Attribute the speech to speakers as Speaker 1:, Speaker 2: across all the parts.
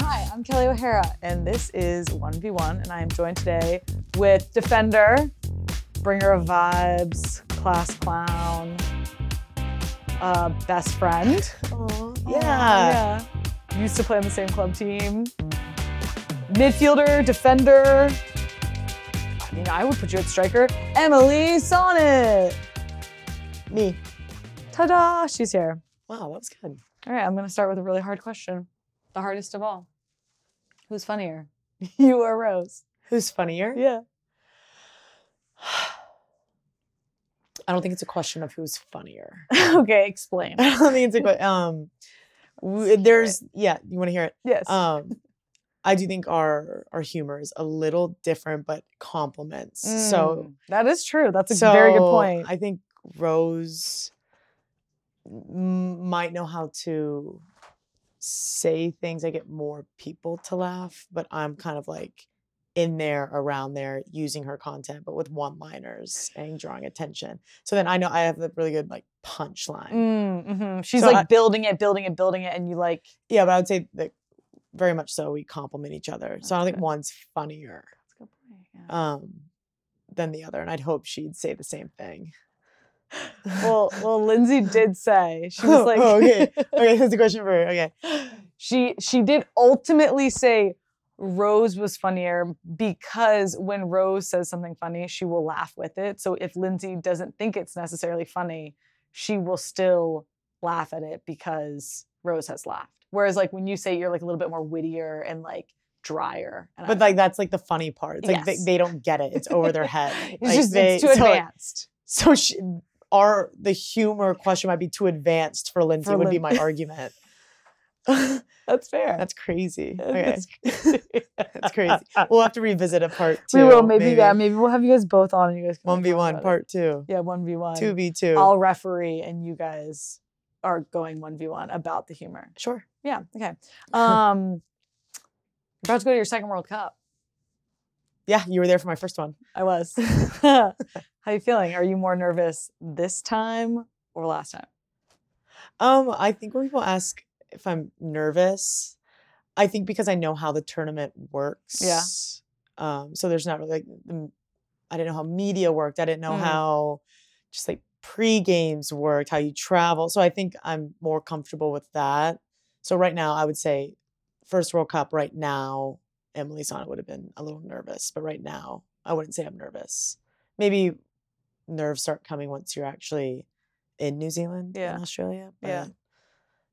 Speaker 1: I'm Kelly O'Hara, and this is 1v1, and I am joined today with Defender, Bringer of Vibes, Class Clown, uh, Best Friend. Yeah. Used to play on the same club team. Midfielder, defender. I mean, I would put you at striker. Emily Sonnet.
Speaker 2: Me.
Speaker 1: Ta da! She's here.
Speaker 2: Wow, that was good.
Speaker 1: All right, I'm going to start with a really hard question. The hardest of all. Who's funnier? you or Rose?
Speaker 2: Who's funnier?
Speaker 1: Yeah.
Speaker 2: I don't think it's a question of who's funnier.
Speaker 1: okay, explain.
Speaker 2: I don't think it's a question. Um, w- there's yeah, you want to hear it.
Speaker 1: Yes.
Speaker 2: Um, I do think our our humor is a little different, but complements. So
Speaker 1: Mm, that is true. That's a very good
Speaker 2: so
Speaker 1: point.
Speaker 2: I think Rose m- might know how to say things. I get more people to laugh, but I'm kind of like in there, around there, using her content, but with one liners and drawing attention. So then I know I have a really good like punchline.
Speaker 1: Mm, mhm. She's
Speaker 2: So
Speaker 1: like
Speaker 2: I-
Speaker 1: building it, building it, building it, and you like.
Speaker 2: Yeah, but I would say that very much so we complement each other. So I
Speaker 1: That's
Speaker 2: don't think
Speaker 1: good.
Speaker 2: one's funnier
Speaker 1: That's a good point. Yeah.
Speaker 2: um, than the other. And I'd hope she'd say the same thing.
Speaker 1: well, well, Lindsay did say she was like,
Speaker 2: oh, okay. Okay, here's the question for her. Okay.
Speaker 1: she she did ultimately say Rose was funnier because when Rose says something funny, she will laugh with it. So if Lindsay doesn't think it's necessarily funny, she will still laugh at it because Rose has laughed. Whereas like when you say it, you're like a little bit more wittier and like drier, and
Speaker 2: But
Speaker 1: I-
Speaker 2: like that's like the funny part. It's
Speaker 1: Yes.
Speaker 2: like they, they don't get it. It's over their head.
Speaker 1: it's
Speaker 2: Like,
Speaker 1: just
Speaker 2: they-
Speaker 1: it's too
Speaker 2: so, like,
Speaker 1: advanced.
Speaker 2: So she, our the humor question might be too advanced for Lindsay
Speaker 1: For
Speaker 2: would be
Speaker 1: Lin-
Speaker 2: my argument. that's
Speaker 1: That's fair.
Speaker 2: crazy. Okay.
Speaker 1: That's
Speaker 2: That's crazy. We'll have to revisit a part two.
Speaker 1: we will maybe, yeah maybe we'll have you guys both on and you guys can like, talk
Speaker 2: one v one
Speaker 1: about it.
Speaker 2: part two.
Speaker 1: yeah one v one
Speaker 2: Two v two.
Speaker 1: I'll referee and you guys are going 1v1 about the humor.
Speaker 2: Sure.
Speaker 1: Yeah, okay. Um about to go to your second World Cup.
Speaker 2: Yeah, you were there for my first one.
Speaker 1: I was. How you feeling? Are you more nervous this time or last time?
Speaker 2: Um, I think when people ask if I'm nervous, I think because I know how the tournament works. Um, so there's not really like the, m- I didn't know how media worked. I didn't know
Speaker 1: Mm.
Speaker 2: how just like pre games worked, how you travel. So I think I'm more comfortable with that. So right now, I would say first World Cup right now, Emily Sonnet would have been a little nervous, but right now, I wouldn't say I'm nervous. Maybe nerves start coming once you're actually in New Zealand
Speaker 1: Yeah.
Speaker 2: and Australia. But
Speaker 1: Yeah.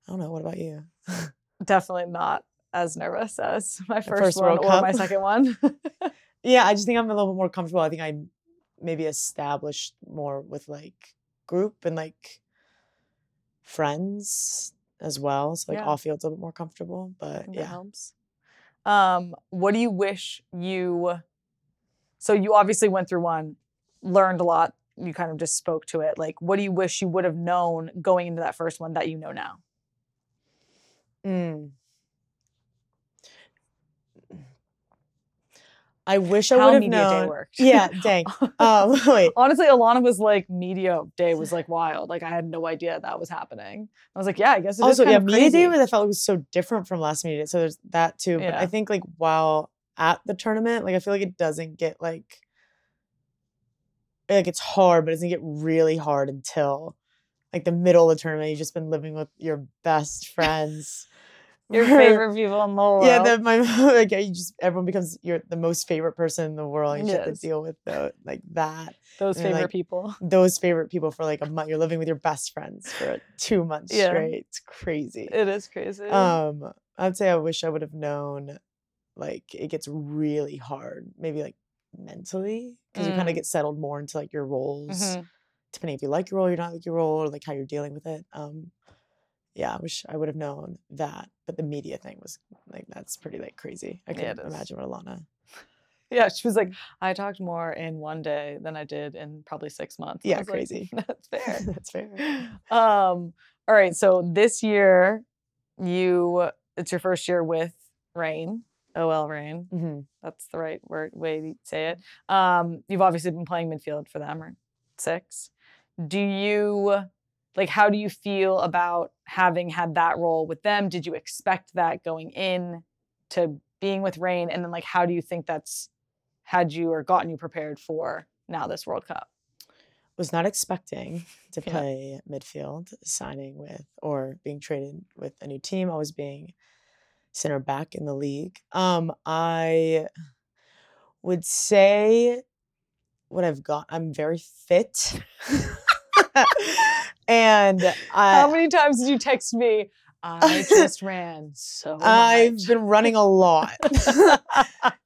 Speaker 2: I don't know. What about you?
Speaker 1: Definitely not as nervous as my first,
Speaker 2: first
Speaker 1: one
Speaker 2: World
Speaker 1: or
Speaker 2: Cup.
Speaker 1: my second one.
Speaker 2: Yeah, I just think I'm a little bit more comfortable. I think I maybe established more with like group and like friends as well. So like
Speaker 1: Yeah.
Speaker 2: off field's a little bit more comfortable.
Speaker 1: I
Speaker 2: But
Speaker 1: think that
Speaker 2: yeah.
Speaker 1: helps. Um, what do you wish you so you obviously went through one, learned a lot, you kind of just spoke to it. Like what do you wish you would have known going into that first one that you know now?
Speaker 2: Mm. I wish I
Speaker 1: How
Speaker 2: would have
Speaker 1: media
Speaker 2: known.
Speaker 1: day worked.
Speaker 2: Yeah, dang. Um, wait.
Speaker 1: Honestly, Alana was like, media day was like wild. Like I had no idea that was happening. I was like, yeah, I guess it is
Speaker 2: also,
Speaker 1: kind
Speaker 2: yeah,
Speaker 1: of
Speaker 2: media
Speaker 1: crazy.
Speaker 2: day was I felt was so different from last media day. So there's that too. But
Speaker 1: Yeah.
Speaker 2: I think like while at the tournament, like I feel like it doesn't get like like it's hard, but it doesn't get really hard until like the middle of the tournament. You've just been living with your best friends.
Speaker 1: Your
Speaker 2: for-
Speaker 1: favorite people in the world.
Speaker 2: Yeah, the, my like you just everyone becomes your the most favorite person in the world. And you just have
Speaker 1: Yes.
Speaker 2: to deal with the, like that
Speaker 1: those
Speaker 2: and you're
Speaker 1: favorite
Speaker 2: like,
Speaker 1: people.
Speaker 2: those favorite people for like a month. You're living with your best friends for two months
Speaker 1: Yeah.
Speaker 2: straight. It's crazy.
Speaker 1: It is crazy. Mm-hmm.
Speaker 2: Um, I'd say I wish I would have known. Like it gets really hard, maybe like mentally, because you kind
Speaker 1: Mm.
Speaker 2: of get settled more into like your roles,
Speaker 1: Mhm.
Speaker 2: depending if you like your role, you don't like your role, or like how you're dealing with it. Um, yeah, I wish I would have known that. But the media thing was like that's pretty like crazy. I
Speaker 1: Yeah, it
Speaker 2: can't
Speaker 1: is.
Speaker 2: imagine what Alana.
Speaker 1: Yeah, she was like, I talked more in one day than I did in probably six months. I
Speaker 2: Yeah,
Speaker 1: was like,
Speaker 2: crazy.
Speaker 1: That's fair.
Speaker 2: that's fair.
Speaker 1: um all right so this year you it's your first year with rain ol rain
Speaker 2: Mhm.
Speaker 1: that's the right word way to say it um you've obviously been playing midfield for them or six do you like how do you feel about having had that role with them did you expect that going in to being with Rain, and then like how do you think that's had you or gotten you prepared for now this World Cup?
Speaker 2: was not expecting to
Speaker 1: Yeah.
Speaker 2: play midfield, signing with or being traded with a new team. I was being center back in the league. Um, I would say what I've got. I'm very fit, and
Speaker 1: how
Speaker 2: I
Speaker 1: many times did you text me? I just ran so
Speaker 2: I've
Speaker 1: much."
Speaker 2: been running a lot,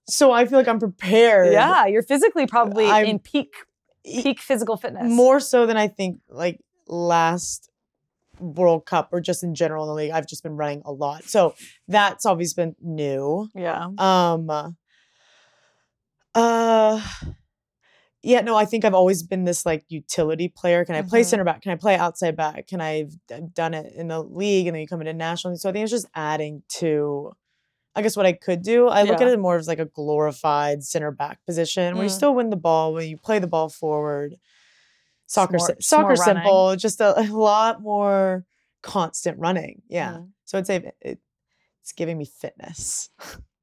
Speaker 2: so I feel like I'm prepared.
Speaker 1: yeah, you're physically probably
Speaker 2: I'm-
Speaker 1: in peak
Speaker 2: E-
Speaker 1: peak physical fitness.
Speaker 2: more so than I think like last World Cup or just in general in the league. I've just been running a lot, so that's always been new.
Speaker 1: yeah.
Speaker 2: Um, uh, yeah, no, I think I've always been this like utility player. Can I play
Speaker 1: Mhm.
Speaker 2: center back? Can I play outside back? Can I've d- done it in the league and then you come into national? So I think it's just adding to. I guess what I could do, I look
Speaker 1: Yeah.
Speaker 2: at it more as like a glorified center back position where you
Speaker 1: Mm.
Speaker 2: still win the ball, where you play the ball forward. Soccer,
Speaker 1: more-
Speaker 2: si-
Speaker 1: it's more
Speaker 2: soccer
Speaker 1: running.
Speaker 2: simple, just a, a lot more constant running. Yeah.
Speaker 1: Mhm.
Speaker 2: So I'd say it- it, it's giving me fitness.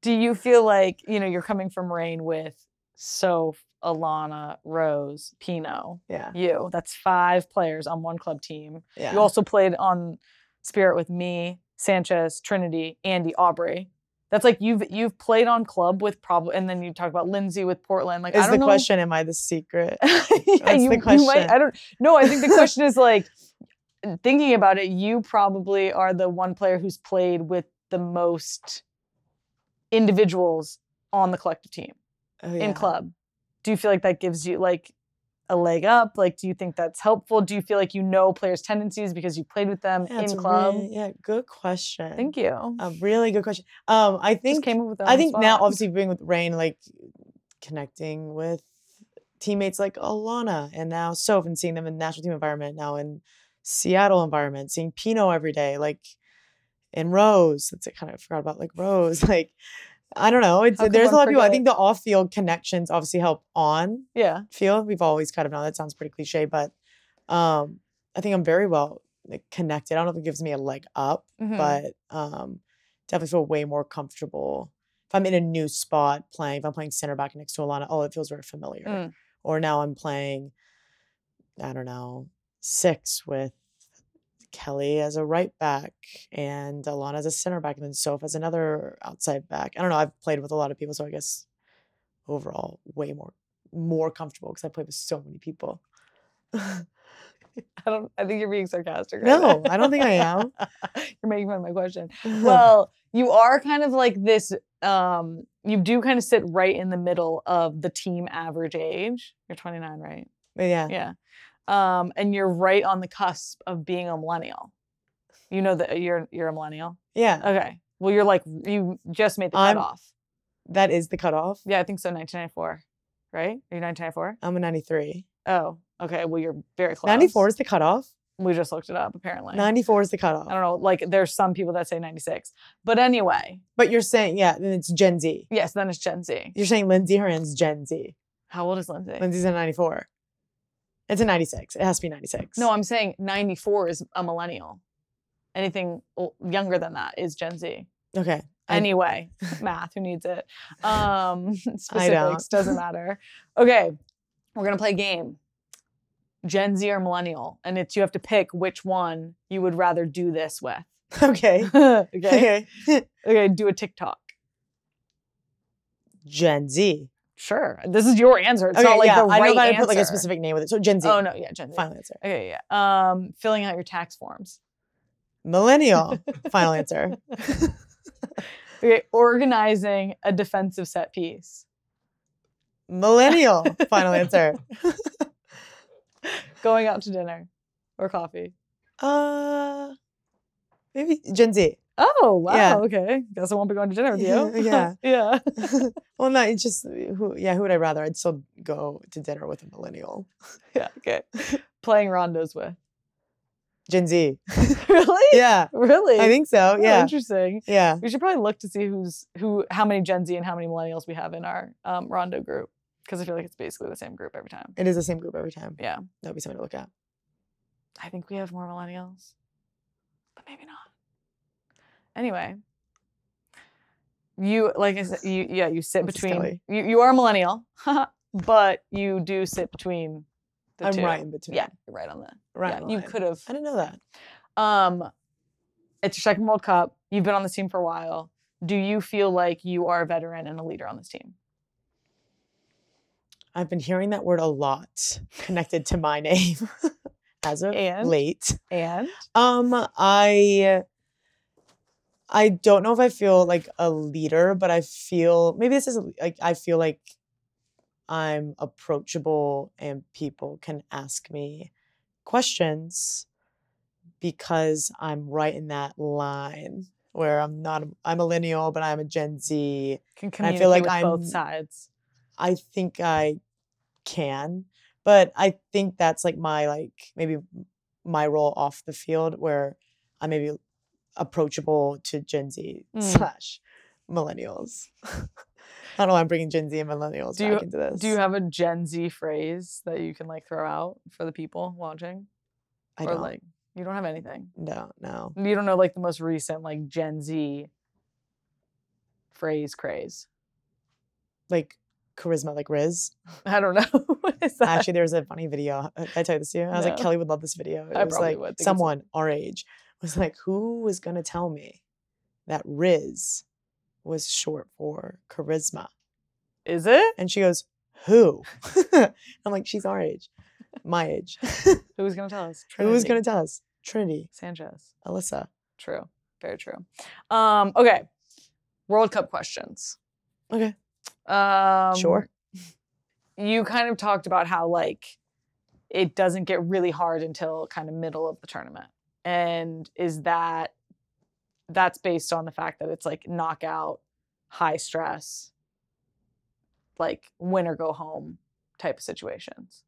Speaker 1: Do you feel like, you know, you're coming from rain with so Alana, Rose, Pino,
Speaker 2: Yeah.
Speaker 1: you. That's five players on one club team.
Speaker 2: Yeah.
Speaker 1: You also played on Spirit with me, Sanchez, Trinity, Andy, Aubrey. That's like you've you've played on club with probably and then you talk about Lindsay with Portland. Like I
Speaker 2: is
Speaker 1: don't
Speaker 2: the
Speaker 1: know.
Speaker 2: question am i the secret
Speaker 1: yeah,
Speaker 2: That's
Speaker 1: you, You
Speaker 2: the
Speaker 1: might, I
Speaker 2: question.
Speaker 1: don't no, I think the question is like thinking about it, you probably are the one player who's played with the most individuals on the collective team
Speaker 2: Oh, yeah.
Speaker 1: in club. Do you feel like that gives you like a leg up? Like do you think that's helpful? Do you feel like you know players' tendencies because you played with them
Speaker 2: Yeah, it's
Speaker 1: in
Speaker 2: a
Speaker 1: club?
Speaker 2: really- yeah good question
Speaker 1: Thank you.
Speaker 2: a really good question um i
Speaker 1: Just
Speaker 2: think
Speaker 1: came up with that
Speaker 2: i
Speaker 1: on the
Speaker 2: think now
Speaker 1: spot.
Speaker 2: obviously being with rain like connecting with teammates like alana and now soph and seeing them in national team environment now in seattle environment seeing pino every day like and rose that's it kind of forgot about like rose like i don't know it's
Speaker 1: How could
Speaker 2: there's a
Speaker 1: one
Speaker 2: lot of people i
Speaker 1: forget?
Speaker 2: think the off-field connections obviously help on
Speaker 1: yeah.
Speaker 2: feel. We've always kind of known that sounds pretty cliche, but um, I think I'm very well like, connected. I don't know if it gives me a leg up,
Speaker 1: Mhm.
Speaker 2: but um, definitely feel way more comfortable if I'm in a new spot playing. If I'm playing center back next to Alana, oh, it feels very familiar.
Speaker 1: Mm.
Speaker 2: Or now I'm playing, I don't know, six with Kelly as a right back and Alana as a center back, and then Soph as another outside back. I don't know. I've played with a lot of people, so I guess overall way more more comfortable because I played with so many people.
Speaker 1: I don't I think you're being sarcastic right
Speaker 2: No,
Speaker 1: now.
Speaker 2: I don't think I am.
Speaker 1: you're making fun of my question. well, you are kind of like this. Um, you do kind of sit right in the middle of the team average age. You're 29, right?
Speaker 2: But yeah,
Speaker 1: Yeah. Um, and you're right on the cusp of being a millennial. You know that uh, you're you're a millennial.
Speaker 2: yeah,
Speaker 1: Okay. Well, you're like you just made the
Speaker 2: I'm-
Speaker 1: cutoff.
Speaker 2: that is the cutoff.
Speaker 1: Yeah, I think so. 1994, right? Are you 1994?
Speaker 2: I'm a 93.
Speaker 1: Oh, okay. Well, you're very close.
Speaker 2: 94 is the cutoff.
Speaker 1: We just looked it up. Apparently.
Speaker 2: 94 is the
Speaker 1: I
Speaker 2: cutoff.
Speaker 1: don't know. Like, there's some people that say 96, but anyway,
Speaker 2: But you're saying, yeah, then it's Gen Z.
Speaker 1: yes. Then it's Gen Z.
Speaker 2: You're saying Lindsay Horan's Gen Z.
Speaker 1: How old is Lindsay?
Speaker 2: Lindsay's a 94. It's a 96. It has to be 96.
Speaker 1: No, I'm saying 94 is a millennial. Anything o- younger than that is Gen Z.
Speaker 2: okay. I-
Speaker 1: Anyway, math, who needs it? Um, specifics
Speaker 2: don't.
Speaker 1: doesn't matter. Okay, we're gonna play a game. Gen Z or millennial, and it's you have to pick which one you would rather do this with.
Speaker 2: Okay.
Speaker 1: okay,
Speaker 2: Okay.
Speaker 1: okay, do a TikTok.
Speaker 2: Gen Z.
Speaker 1: Sure, this is your answer. It's
Speaker 2: okay,
Speaker 1: not like
Speaker 2: yeah.
Speaker 1: the
Speaker 2: I
Speaker 1: right
Speaker 2: know that I
Speaker 1: answer.
Speaker 2: put like a specific name with it. So Gen Z.
Speaker 1: Oh no, yeah, Gen Z.
Speaker 2: Final answer.
Speaker 1: Okay, yeah. Um, filling out your tax forms.
Speaker 2: Millennial. Final answer.
Speaker 1: Okay, organizing a defensive set piece.
Speaker 2: Millennial. Final answer.
Speaker 1: Going out to dinner or coffee.
Speaker 2: Uh, maybe Gen Z.
Speaker 1: Oh, wow.
Speaker 2: Yeah.
Speaker 1: Okay. Guess I won't be going to dinner with you.
Speaker 2: Yeah,
Speaker 1: yeah.
Speaker 2: well, no, it's just who. Yeah, who would I rather? I'd still go to dinner with a millennial.
Speaker 1: Yeah. Okay. Playing rondos with.
Speaker 2: Gen Z.
Speaker 1: really?
Speaker 2: Yeah,
Speaker 1: Really?
Speaker 2: I think so.
Speaker 1: Oh,
Speaker 2: Yeah,
Speaker 1: Interesting.
Speaker 2: yeah.
Speaker 1: We should probably look to see who's who, how many Gen Z and how many millennials we have in our um, rondo group. Because I feel like it's basically the same group every time.
Speaker 2: It is the same group every time.
Speaker 1: Yeah.
Speaker 2: That'd be something to look at.
Speaker 1: I think we have more millennials, but maybe not. Anyway, you like I said, you yeah you sit
Speaker 2: This is
Speaker 1: between
Speaker 2: Kelly.
Speaker 1: you, you are a millennial, but you do sit between. The
Speaker 2: I'm
Speaker 1: two.
Speaker 2: right in between.
Speaker 1: Yeah, you're right on that.
Speaker 2: Right.
Speaker 1: yeah,
Speaker 2: in
Speaker 1: you
Speaker 2: line.
Speaker 1: could have.
Speaker 2: I didn't know that.
Speaker 1: Um, it's your second World Cup. You've been on this team for a while. Do you feel like you are a veteran and a leader on this team?
Speaker 2: I've been hearing that word a lot connected to my name as of
Speaker 1: And?
Speaker 2: late.
Speaker 1: And
Speaker 2: Um, I I don't know if I feel like a leader, but I feel maybe this is like I feel like I'm approachable and people can ask me questions because I'm right in that line where I'm not a, I'm a millennial, but I'm a Gen Z.
Speaker 1: can
Speaker 2: And I
Speaker 1: communicate
Speaker 2: feel like
Speaker 1: with
Speaker 2: I'm-
Speaker 1: both sides.
Speaker 2: I think I can, but I think that's like my like maybe my role off the field where I may be approachable to Gen Z
Speaker 1: Mm.
Speaker 2: slash millennials. I don't know. why I'm bringing Gen Z and millennials
Speaker 1: Do you-
Speaker 2: back into this.
Speaker 1: Do you have a Gen Z phrase that you can like throw out for the people watching?
Speaker 2: I
Speaker 1: or
Speaker 2: don't.
Speaker 1: like you don't have anything.
Speaker 2: no, no.
Speaker 1: You don't know like the most recent like Gen Z phrase craze.
Speaker 2: Like charisma, like Riz.
Speaker 1: I don't know. what is that?
Speaker 2: Actually, there was a funny video. Did I tell you this to you? I was like,
Speaker 1: No.
Speaker 2: Kelly would love this video. It
Speaker 1: I
Speaker 2: was
Speaker 1: probably
Speaker 2: like
Speaker 1: would, think it's a-
Speaker 2: someone our age was like, who was gonna tell me that Riz was short for charisma?
Speaker 1: Is it?
Speaker 2: And she goes, Who? I'm like, She's our age, my age.
Speaker 1: Who's gonna tell us?
Speaker 2: Who was
Speaker 1: Trinity.
Speaker 2: going to tell us? Trinity,
Speaker 1: Sanchez?
Speaker 2: Alyssa.
Speaker 1: True. Very true. Um, okay. World Cup questions.
Speaker 2: Okay.
Speaker 1: Um,
Speaker 2: sure.
Speaker 1: You kind of talked about how like it doesn't get really hard until kind of middle of the tournament, and is that that's based on the fact that it's like knockout, high stress, like win or go home type of situations.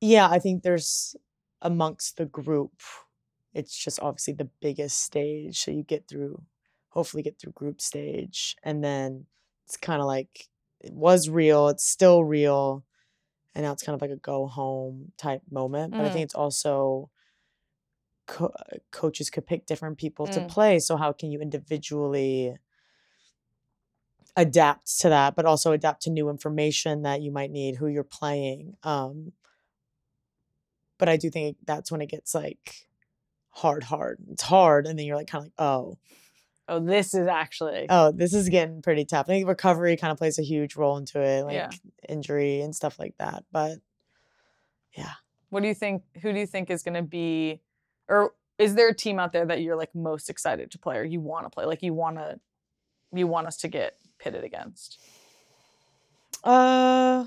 Speaker 2: Yeah, I think there's amongst the group, it's just obviously the biggest stage. So you get through, hopefully, get through group stage. And then it's kind of like, it was real, it's still real. And now it's kind of like a go home type moment. But I
Speaker 1: Mm.
Speaker 2: think it's also co- coaches could pick different people to
Speaker 1: Mm.
Speaker 2: play. So, how can you individually adapt to that, but also adapt to new information that you might need, who you're playing? Um, but I do think that's when it gets like hard, hard. It's hard, and then you're like kind of like, oh,
Speaker 1: Oh, this is actually
Speaker 2: oh, this is getting pretty tough. I think recovery kind of plays a huge role into it, like
Speaker 1: Yeah.
Speaker 2: injury and stuff like that. But
Speaker 1: What do you think? Who do you think is going to be, or is there a team out there that you're like most excited to play or you want to play? Like you want to, you want us to get pitted against?
Speaker 2: uh,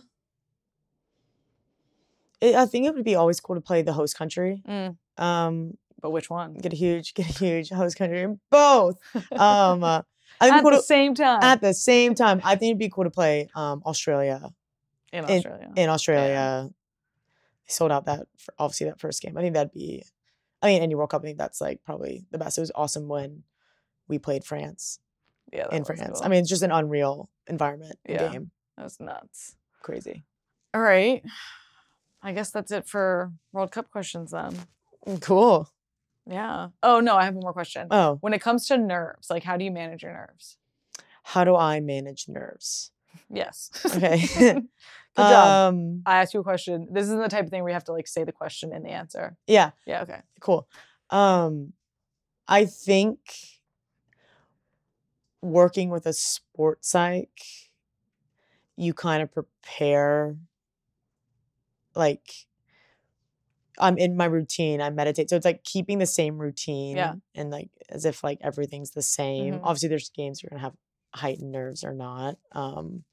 Speaker 2: it, I think it would be always cool to play the host country.
Speaker 1: Mm.
Speaker 2: Um,
Speaker 1: But which one?
Speaker 2: get a huge, get a huge host country in both. Um, uh, I think
Speaker 1: At
Speaker 2: it'd be
Speaker 1: the
Speaker 2: cool to,
Speaker 1: same time
Speaker 2: at the same time, I think it'd be cool to play um Australia.
Speaker 1: in
Speaker 2: in-
Speaker 1: Australia.
Speaker 2: in Australia. They sold out that for obviously that first game. I think that'd be, I mean, any World Cup. I think that's like probably the best. It was awesome when we played France
Speaker 1: yeah, that
Speaker 2: in
Speaker 1: was
Speaker 2: France.
Speaker 1: cool.
Speaker 2: I mean, it's just an unreal environment and
Speaker 1: Yeah.
Speaker 2: game.
Speaker 1: that was nuts.
Speaker 2: Crazy.
Speaker 1: All right, I guess that's it for World Cup questions then. Mm.
Speaker 2: Cool.
Speaker 1: Yeah. Oh no, I have one more question.
Speaker 2: Oh,
Speaker 1: when it comes to nerves, like how do you manage your nerves?
Speaker 2: how do I manage nerves?
Speaker 1: Yes.
Speaker 2: Okay.
Speaker 1: Good job.
Speaker 2: Um,
Speaker 1: I ask you a question. This isn't the type of thing where you have to like say the question and the answer.
Speaker 2: yeah.
Speaker 1: Yeah. Okay.
Speaker 2: cool. Um, I think working with a sports psych, you kind of prepare. Like, I'm in my routine. I meditate, so it's like keeping the same routine, and like as if like everything's the same.
Speaker 1: Mhm.
Speaker 2: Obviously, there's games you're gonna have heightened nerves or not. Um,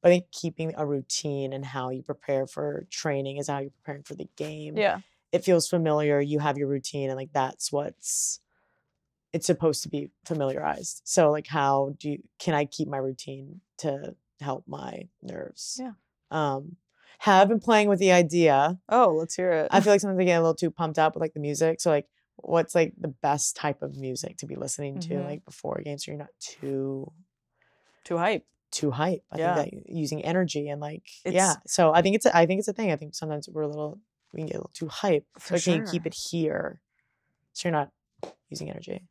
Speaker 2: but I think keeping a routine and how you prepare for training is how you're preparing for the game
Speaker 1: Yeah.
Speaker 2: it feels familiar you have your routine and like that's what's it's supposed to be familiarized so like how do you can i keep my routine to help my nerves
Speaker 1: Yeah.
Speaker 2: um have been playing with the idea
Speaker 1: Oh, let's hear it.
Speaker 2: i feel like sometimes i get a little too pumped up with like the music so like what's like the best type of music to be listening to
Speaker 1: Mhm.
Speaker 2: like before a game so you're not too
Speaker 1: too hype.
Speaker 2: too hype i
Speaker 1: Yeah.
Speaker 2: think that using energy and like yeah
Speaker 1: It's-
Speaker 2: so i think it's a, i think it's a thing i think sometimes we're a little we can get a little too hype
Speaker 1: For
Speaker 2: so I can you keep
Speaker 1: sure.
Speaker 2: it here so you're not using energy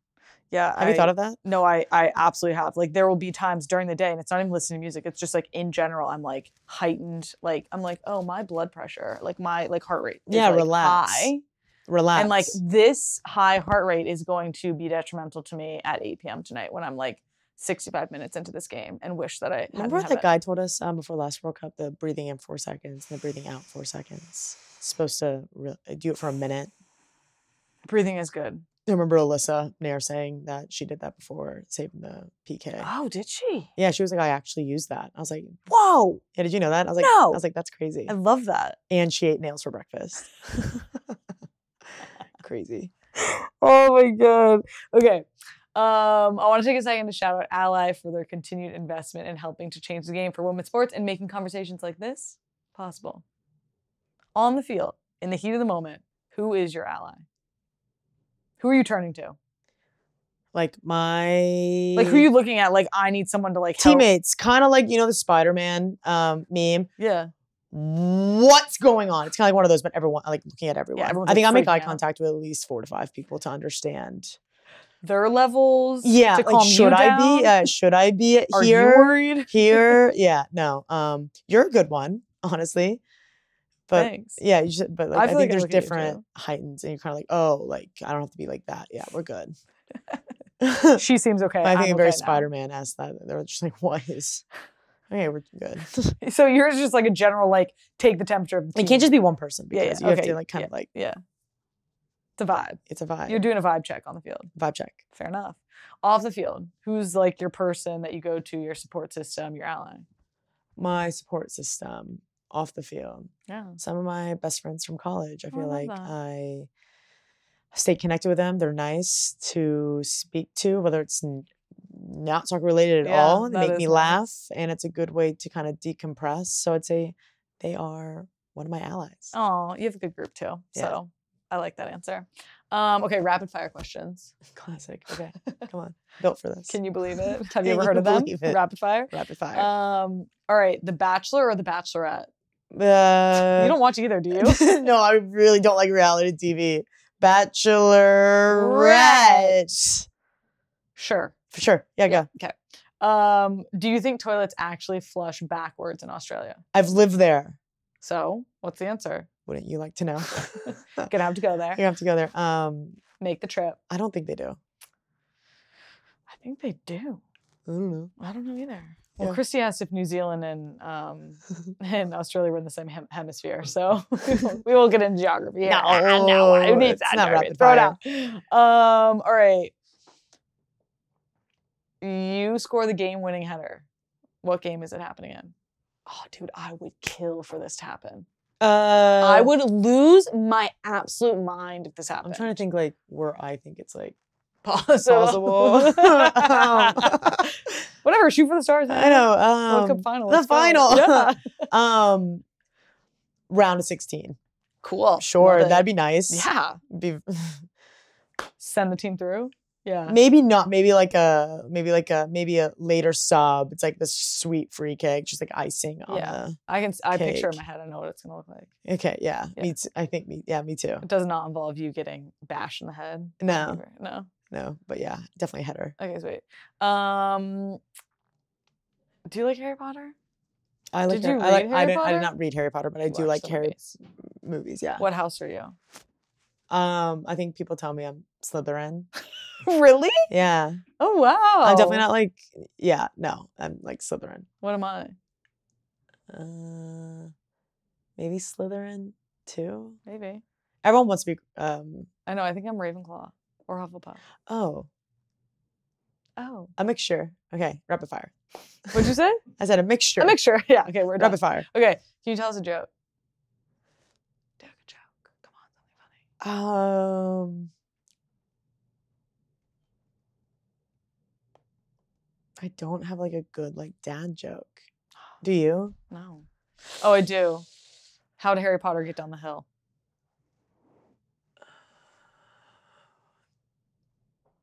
Speaker 1: Yeah.
Speaker 2: Have you thought of that?
Speaker 1: No, I, I absolutely have. Like there will be times during the day and it's not even listening to music. It's just like in general, I'm like heightened. Like I'm like, oh, my blood pressure, like my like heart rate. is,
Speaker 2: Yeah,
Speaker 1: like,
Speaker 2: relax.
Speaker 1: High.
Speaker 2: Relax.
Speaker 1: And like this high heart rate is going to be detrimental to me at 8 p.m. tonight when I'm like 65 minutes into this game and wish that I
Speaker 2: remember what
Speaker 1: hadn't had
Speaker 2: that guy told us um, before last World Cup? The breathing in four seconds and the breathing out four seconds. Supposed to re- uh, do it for a minute.
Speaker 1: it. breathing is good.
Speaker 2: I remember Alyssa Nair saying that she did that before saving the PK.
Speaker 1: Oh, did she?
Speaker 2: Yeah, she was like, I actually used that. I was like,
Speaker 1: Whoa.
Speaker 2: Yeah, did you know that? I was like, I
Speaker 1: No.
Speaker 2: was like, that's crazy.
Speaker 1: I love that.
Speaker 2: And she ate nails for breakfast. crazy.
Speaker 1: Oh my god. Okay. Um, I want to take a second to shout out Ally for their continued investment in helping to change the game for women's sports and making conversations like this possible. On the field, in the heat of the moment, who is your ally? Who are you turning to?
Speaker 2: Like my
Speaker 1: Like who are you looking at? Like I need someone to like help.
Speaker 2: teammates, kind of like you know the Spider Man um, meme.
Speaker 1: Yeah.
Speaker 2: What's going on? It's kind of like one of those, but everyone like looking at everyone.
Speaker 1: everyone's,
Speaker 2: I
Speaker 1: like,
Speaker 2: think I make
Speaker 1: freaking
Speaker 2: eye
Speaker 1: out.
Speaker 2: contact with at least four to five people to understand.
Speaker 1: Their levels.
Speaker 2: Yeah,
Speaker 1: To
Speaker 2: like,
Speaker 1: calm
Speaker 2: should
Speaker 1: you
Speaker 2: I be?
Speaker 1: down?
Speaker 2: Uh, should I be
Speaker 1: Are
Speaker 2: here?
Speaker 1: you worried?
Speaker 2: here, yeah, no. Um, you're a good one, honestly. But
Speaker 1: Thanks.
Speaker 2: Yeah, you should, but like,
Speaker 1: I
Speaker 2: I,
Speaker 1: feel like
Speaker 2: think
Speaker 1: I
Speaker 2: there's
Speaker 1: look at you
Speaker 2: different
Speaker 1: too.
Speaker 2: heightens, and you're kind of like, oh, like I don't have to be like that. Yeah, we're good.
Speaker 1: She seems okay.
Speaker 2: I
Speaker 1: I'm
Speaker 2: think
Speaker 1: okay
Speaker 2: a very
Speaker 1: now.
Speaker 2: Spider Man asked that. and They were just like, what is? Okay, we're good.
Speaker 1: So yours is just like a general like take the temperature of the
Speaker 2: it
Speaker 1: team.
Speaker 2: can't just be one person
Speaker 1: Yeah,
Speaker 2: because
Speaker 1: yeah,
Speaker 2: you have
Speaker 1: okay,
Speaker 2: to like kind
Speaker 1: yeah.
Speaker 2: of like
Speaker 1: it's a vibe.
Speaker 2: it's a vibe.
Speaker 1: You're doing a vibe check on the field.
Speaker 2: vibe check.
Speaker 1: Fair enough. Off the field, who's like your person that you go to, your support system, your ally?
Speaker 2: My support system off the field.
Speaker 1: Yeah.
Speaker 2: Some of my best friends from college.
Speaker 1: Oh,
Speaker 2: I
Speaker 1: I
Speaker 2: feel
Speaker 1: love
Speaker 2: like
Speaker 1: that.
Speaker 2: I stay connected with them. They're nice to speak to, whether it's n- not soccer related at
Speaker 1: Yeah,
Speaker 2: all. They
Speaker 1: that
Speaker 2: make
Speaker 1: is
Speaker 2: me
Speaker 1: nice.
Speaker 2: laugh, and it's a good way to kind of decompress. So I'd say they are one of my allies.
Speaker 1: Oh, you have a good group too.
Speaker 2: Yeah.
Speaker 1: So I like that answer. Um, okay, rapid fire questions.
Speaker 2: Classic. Okay, come on, built for this.
Speaker 1: Can you believe it? Have you
Speaker 2: Can
Speaker 1: ever
Speaker 2: you
Speaker 1: heard of them?
Speaker 2: believe it?
Speaker 1: Rapid fire.
Speaker 2: Rapid fire.
Speaker 1: Um, all right, The Bachelor or The Bachelorette?
Speaker 2: Uh,
Speaker 1: you don't watch either, do you?
Speaker 2: no, I really don't like reality TV. Bachelorette.
Speaker 1: sure.
Speaker 2: For sure. Yeah, go.
Speaker 1: Um, do you think toilets actually flush backwards in Australia?
Speaker 2: I've lived there.
Speaker 1: So, what's the answer?
Speaker 2: Wouldn't you like to know?
Speaker 1: Gonna have to go
Speaker 2: you
Speaker 1: there.
Speaker 2: have to go there. Um,
Speaker 1: Make the trip.
Speaker 2: I don't think they do.
Speaker 1: I think they do.
Speaker 2: I don't know.
Speaker 1: I don't know either. Well,
Speaker 2: Yeah.
Speaker 1: Christy asked if New Zealand and um, and Australia were in the same hem- hemisphere, so we won't- we won't get into geography. here. Ah, No, who
Speaker 2: No,
Speaker 1: needs
Speaker 2: it's
Speaker 1: that?
Speaker 2: not
Speaker 1: geography?
Speaker 2: rapid
Speaker 1: Throw it out. Um, all right. You score the game-winning header. What game is it happening in? Oh, dude, I would kill for this to happen.
Speaker 2: Uh,
Speaker 1: I would lose my absolute mind if this
Speaker 2: I'm
Speaker 1: happened.
Speaker 2: trying to think like where I think it's like
Speaker 1: possible.
Speaker 2: plausible. Um,
Speaker 1: Whatever, shoot for the stars.
Speaker 2: I
Speaker 1: man.
Speaker 2: know.
Speaker 1: World Cup
Speaker 2: Um,
Speaker 1: final.
Speaker 2: the
Speaker 1: let's go.
Speaker 2: final.
Speaker 1: Yeah.
Speaker 2: um, round of 16.
Speaker 1: Cool.
Speaker 2: Sure,
Speaker 1: Love
Speaker 2: that'd
Speaker 1: it.
Speaker 2: be nice.
Speaker 1: Oh, Yeah.
Speaker 2: Be,
Speaker 1: Send the team through. Yeah.
Speaker 2: maybe not. Maybe like a maybe like a maybe a later sub. It's like this sweet free cake, just like icing on
Speaker 1: Yeah.
Speaker 2: the.
Speaker 1: I can. s- I picture in
Speaker 2: Cake.
Speaker 1: my head. I know what it's gonna look like.
Speaker 2: Okay, yeah,
Speaker 1: Yeah.
Speaker 2: me. Too, I think me. Yeah, me too.
Speaker 1: It does not involve you getting bashed in the head.
Speaker 2: No,
Speaker 1: either. No.
Speaker 2: no, but yeah, definitely header.
Speaker 1: Okay, sweet. Um, do you like Harry Potter?
Speaker 2: I like.
Speaker 1: Did you
Speaker 2: I like.
Speaker 1: read
Speaker 2: I
Speaker 1: Harry
Speaker 2: didn't. I
Speaker 1: Potter?
Speaker 2: did not read Harry Potter, but I
Speaker 1: You
Speaker 2: do
Speaker 1: watch
Speaker 2: like
Speaker 1: the
Speaker 2: Harry
Speaker 1: movies.
Speaker 2: movies. Yeah.
Speaker 1: What house are you?
Speaker 2: Um, I think people tell me I'm Slytherin.
Speaker 1: really?
Speaker 2: Yeah,
Speaker 1: Oh wow.
Speaker 2: I'm definitely not like. Yeah, no, I'm like Slytherin.
Speaker 1: What am I?
Speaker 2: Uh, maybe Slytherin too.
Speaker 1: Maybe.
Speaker 2: Everyone wants to be. Um.
Speaker 1: I know. I think I'm Ravenclaw or Hufflepuff.
Speaker 2: Oh,
Speaker 1: Oh.
Speaker 2: a mixture. Okay, rapid fire.
Speaker 1: What'd you say?
Speaker 2: I said a mixture.
Speaker 1: A mixture. Yeah. Okay, we're done.
Speaker 2: Rapid fire.
Speaker 1: Okay, can you tell us a joke? Joke a joke. Come on, something funny.
Speaker 2: Um, I don't have like a good like dad joke. Do you?
Speaker 1: No. Oh, I do. How did Harry Potter get down the hill?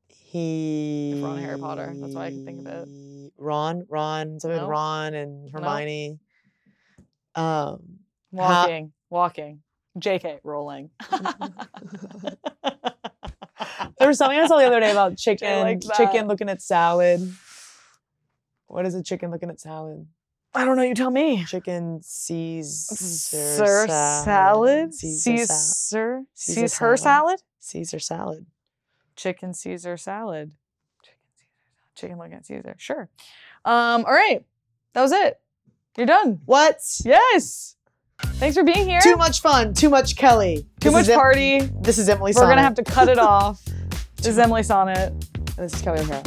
Speaker 2: He.
Speaker 1: Ron Harry Potter, that's all I can think of it.
Speaker 2: Ron, Ron, something with
Speaker 1: No.
Speaker 2: Ron and Hermione. Um, Ha-
Speaker 1: Walking, walking. JK, rolling.
Speaker 2: There was something I saw the other day about chicken.
Speaker 1: like that.
Speaker 2: chicken looking at salad. What is a chicken looking at salad?
Speaker 1: I don't know. You tell me.
Speaker 2: Chicken Caesar,
Speaker 1: Sir salad.
Speaker 2: Caesar, sa-
Speaker 1: Caesar.
Speaker 2: Caesar
Speaker 1: Caesar. Her salad.
Speaker 2: salad. Caesar salad.
Speaker 1: Chicken Caesar salad. Chicken Caesar. Chicken looking at Caesar. Sure. Um. All right. That was it. You're done.
Speaker 2: What?
Speaker 1: Yes. Thanks for being here.
Speaker 2: Too much fun. Too much Kelly.
Speaker 1: Too
Speaker 2: This
Speaker 1: much
Speaker 2: is Em-
Speaker 1: party.
Speaker 2: This is Emily.
Speaker 1: We're gonna
Speaker 2: Sonnet.
Speaker 1: have to cut it off. this is Emily Sonnet.
Speaker 2: And This is Kelly O'Hara.